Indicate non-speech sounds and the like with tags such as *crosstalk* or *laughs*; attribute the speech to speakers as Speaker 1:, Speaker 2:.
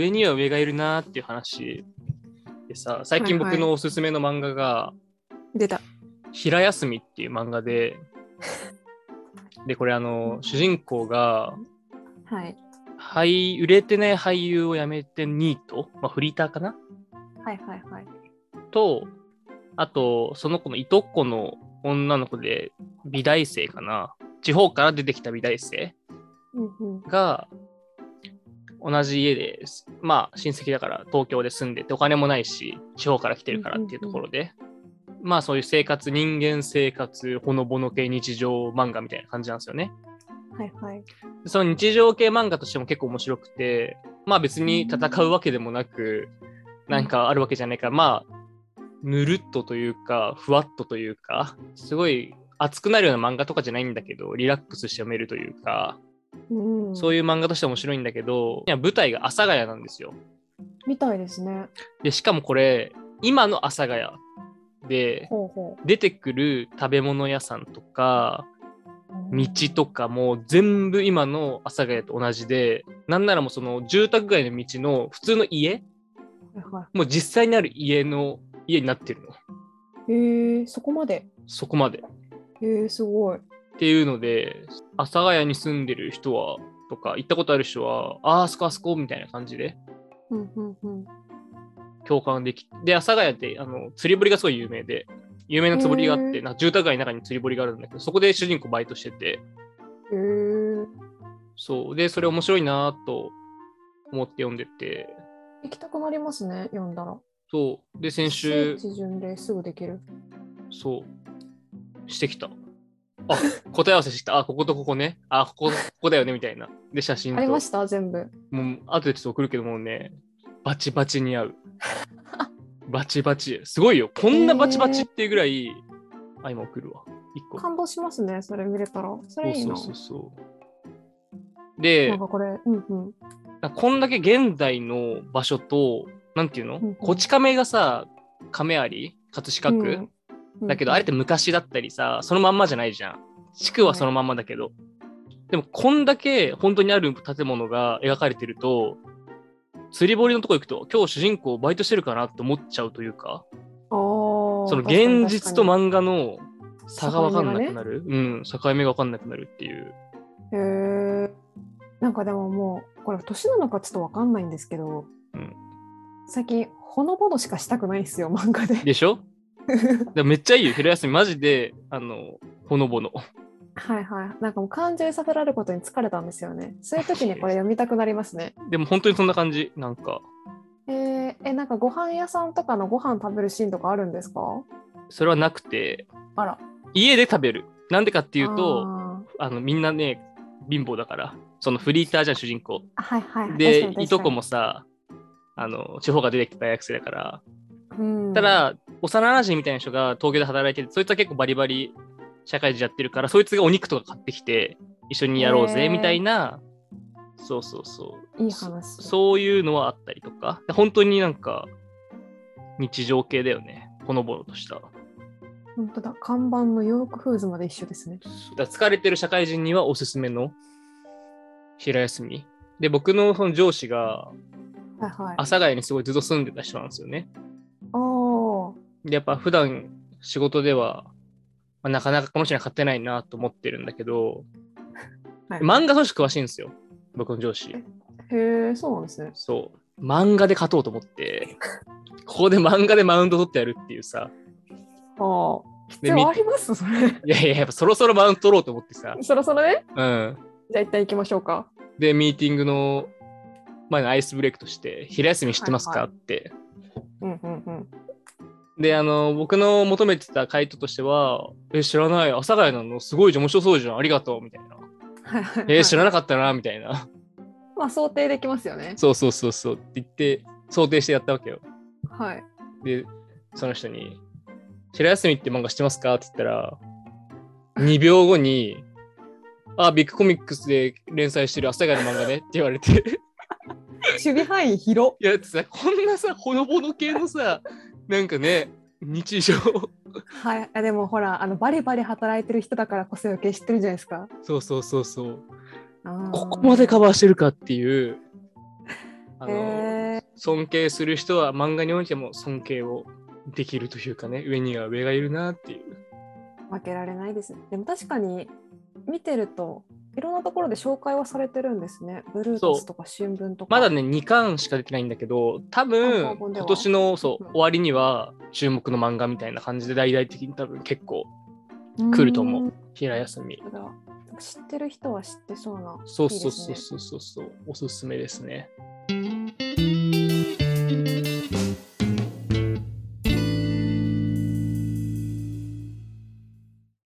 Speaker 1: 上には上がいるなーっていう話でさ、最近
Speaker 2: はいは
Speaker 1: 僕
Speaker 2: い
Speaker 1: のおすすめの漫画が、
Speaker 2: 出た。
Speaker 1: 平休みっていう漫画
Speaker 2: *laughs*
Speaker 1: で、で、これあの、主人公が、
Speaker 2: はい。
Speaker 1: 俳売れてない俳優を辞めてニート、まあ、フリーターかな
Speaker 2: はいはいはい。
Speaker 1: と、あと、その子のいとこの女の子で、美大生かな地方から出てきた美大生
Speaker 2: うんうん。
Speaker 1: が、同じ家です。まあ、親戚だから東京で住んでて、お金もないし、地方から来てるからっていうところで、まあそういう生活、人間生活、ほのぼの系日常漫画みたいな感じなんですよね。
Speaker 2: はいはい。
Speaker 1: その日常系漫画としても結構面白くて、まあ別に戦うわけでもなく、
Speaker 2: うん
Speaker 1: なんかあるわけじゃないから、まあ、ぬるっとというか、ふわっとというか、すごい熱くなるような漫画とかじゃないんだけど、リラックスして読めるというか、
Speaker 2: うん。
Speaker 1: そう
Speaker 2: いう。
Speaker 1: いう漫画としては面白いんだけど、いや舞台が阿佐ヶ谷なんですよ。
Speaker 2: みたいですね。
Speaker 1: で、しかもこれ、今の阿佐ヶ谷で、
Speaker 2: ほうほ
Speaker 1: 出てくる食べ物屋さんとか、
Speaker 2: う。
Speaker 1: 道とかも全部今の阿佐ヶ谷と同じでなんならもうその住宅街の道の普通の家
Speaker 2: はいは
Speaker 1: もう実際にある家の家になってるの
Speaker 2: い。えー、そこまで。
Speaker 1: そこまでっ
Speaker 2: えー、すごい。
Speaker 1: ていうので阿佐ヶ谷に住んでる人はとか行ったことある人はあーあそこあそこみたいな感じで
Speaker 2: うんうんうん。
Speaker 1: 共感できで阿佐ヶ谷ってあの釣り堀がすごい有名で有名な釣り堀があっ
Speaker 2: へ
Speaker 1: て
Speaker 2: ー
Speaker 1: なんか住宅街の中に釣り堀があるんだけどそこで主人公バイトしてて
Speaker 2: えー、
Speaker 1: そうでそれ面白いなーと思って読んでて
Speaker 2: 行きたくなりますね、読んだら。
Speaker 1: そうで先週
Speaker 2: 聖地巡礼すぐできる。
Speaker 1: そう。してきた。あ、答え合わせしてきた。あ、こことここね。あ、ここ、ここだよね、みたいな。で、写真
Speaker 2: あり
Speaker 1: と
Speaker 2: ま。した全部。
Speaker 1: もう、後でちょっと送るけどもうね、バチバチに合う。バチバチ。すごいよ。こんなバチバチっていうぐらい、あ、今送るわ。一個。
Speaker 2: 感動しますね、それ見れたら。そ
Speaker 1: そう
Speaker 2: れいい
Speaker 1: そ
Speaker 2: な
Speaker 1: う。そうそう。
Speaker 2: な
Speaker 1: で
Speaker 2: ん、かこれ、うんうん。
Speaker 1: なんかこんだけ現代の場所と、なんていうの、
Speaker 2: うんうん
Speaker 1: こち亀がさ、亀有葛飾区、
Speaker 2: うん
Speaker 1: だけど、あれって昔だったりさ、そのまんまじゃないじゃん。地区はそのまんまだけど。でも、こんだけ本当にある建物が描かれてると、釣り堀のとこ行くと、今日主人公バイトしてるかなって思っちゃうというか、
Speaker 2: あー
Speaker 1: その
Speaker 2: 確かに
Speaker 1: 現実と
Speaker 2: 確か
Speaker 1: 漫画の
Speaker 2: に
Speaker 1: 差が分かんなくな
Speaker 2: 境
Speaker 1: る。うん、境目が分かんなくなるっていう。
Speaker 2: 目がねへえ。なんかでももう、これ、年なのかちょっとわかんないんですけど、
Speaker 1: うん
Speaker 2: 最近、ほのぼのしかしたくないんですよ、漫画で。
Speaker 1: でしょだからめっちゃいいよ、昼休み。マジで、あの、ほのぼの。
Speaker 2: *laughs* はいはい。なんかもう感情揺さぶられることに疲れたんですよね。そういう時にこれ読みたくなりますね。
Speaker 1: でも本当にそんな感じ。なんか、
Speaker 2: えー、え、なんかご飯屋さんとかのご飯食べるシーンとかあるんですか
Speaker 1: それはなくて、
Speaker 2: あら。
Speaker 1: 家で食べる。なんでかっていうと、
Speaker 2: あ
Speaker 1: あのみんなね貧乏だからそのフリーターじゃん主人公
Speaker 2: ーはいはいはい。確か
Speaker 1: で
Speaker 2: に確かに
Speaker 1: いとこ、もさあの地方が出てきた大学生だから、
Speaker 2: うん、
Speaker 1: た、だ幼なじみみたいな人が東京で働いててそいつは結構バリバリ社会人やってるからそいつがお肉とか買ってきて一緒にやろう
Speaker 2: へ
Speaker 1: ぜ
Speaker 2: ー
Speaker 1: みたいなそうそうそう
Speaker 2: いい話。
Speaker 1: そそういうのはあったりとか本当になんか日常系だよねほのぼのとした
Speaker 2: 本当だ、看板のヨークフーズまで一緒ですね。
Speaker 1: だから疲れてる社会人にはおすすめの平休み。で、僕のその上司が
Speaker 2: はいはい。
Speaker 1: 阿佐ヶ谷にすごいずっと住んでた人なんですよね。
Speaker 2: あー
Speaker 1: で、やっぱ普段仕事では、まあなかなかこの人には勝てないなと思ってるんだけど、
Speaker 2: はい
Speaker 1: 漫画組織詳しいんですよ。僕の上司。
Speaker 2: へえ、そうなんですね。
Speaker 1: そう。漫画で勝とうと思って、ここで漫画でマウント取ってやるっていうさ。
Speaker 2: ああ。必
Speaker 1: でみ
Speaker 2: 要あります *laughs* それ。
Speaker 1: いやいや、やっぱそろそろマウント取ろうと思ってさ。
Speaker 2: そろそろね。
Speaker 1: うん。
Speaker 2: じゃあ一旦行きましょうか。
Speaker 1: で、ミーティングの前のアイスブレイクとして、昼休み知ってますか、
Speaker 2: はいは
Speaker 1: って。
Speaker 2: うんうんうん。
Speaker 1: で、あの、僕の求めてた回答としては、え、知らない、阿佐ヶ谷なのすごいじゃん、面白そうじゃん、ありがとう、みたいな。
Speaker 2: はいはいはい
Speaker 1: えー知らなかったな、みたいな。 *laughs*
Speaker 2: まあ想定できますよね。
Speaker 1: そうそうそうそうって言って、想定してやったわけよ。
Speaker 2: はい。
Speaker 1: で、その人に、白休みって漫画知ってますかって言ったら、2秒後に、あ、ビッグコミックスで連載してる阿佐ヶ谷の漫画ねって言われて。
Speaker 2: 守備範囲広。
Speaker 1: いやだってさこんなさほのぼの系のさなんかね日常
Speaker 2: はい。あでもほら、あのバリバリ働いてる人だからこそ余計知ってるじゃないですか。
Speaker 1: そうそうそうそう
Speaker 2: あー
Speaker 1: ここまでカバーしてるかっていうあ
Speaker 2: へ
Speaker 1: の
Speaker 2: え
Speaker 1: 尊敬する人は漫画においても尊敬をできるというかね上には上がいるなっていう
Speaker 2: 負けられないですね。でも確かに見てるといろんなところで紹介はされてるんですね。ブルータスとか新聞とか。
Speaker 1: まだね2巻しか出てないんだけど多
Speaker 2: 単行
Speaker 1: 分
Speaker 2: 本では
Speaker 1: 今年のそう
Speaker 2: うん
Speaker 1: 終わりには注目の漫画みたいな感じで大々的に多分結構
Speaker 2: うん
Speaker 1: 来ると思う。平休み
Speaker 2: だから知ってる人は知ってそうな。
Speaker 1: そうそうそう
Speaker 2: いいです
Speaker 1: そ
Speaker 2: ね
Speaker 1: うそうそうおすすめですね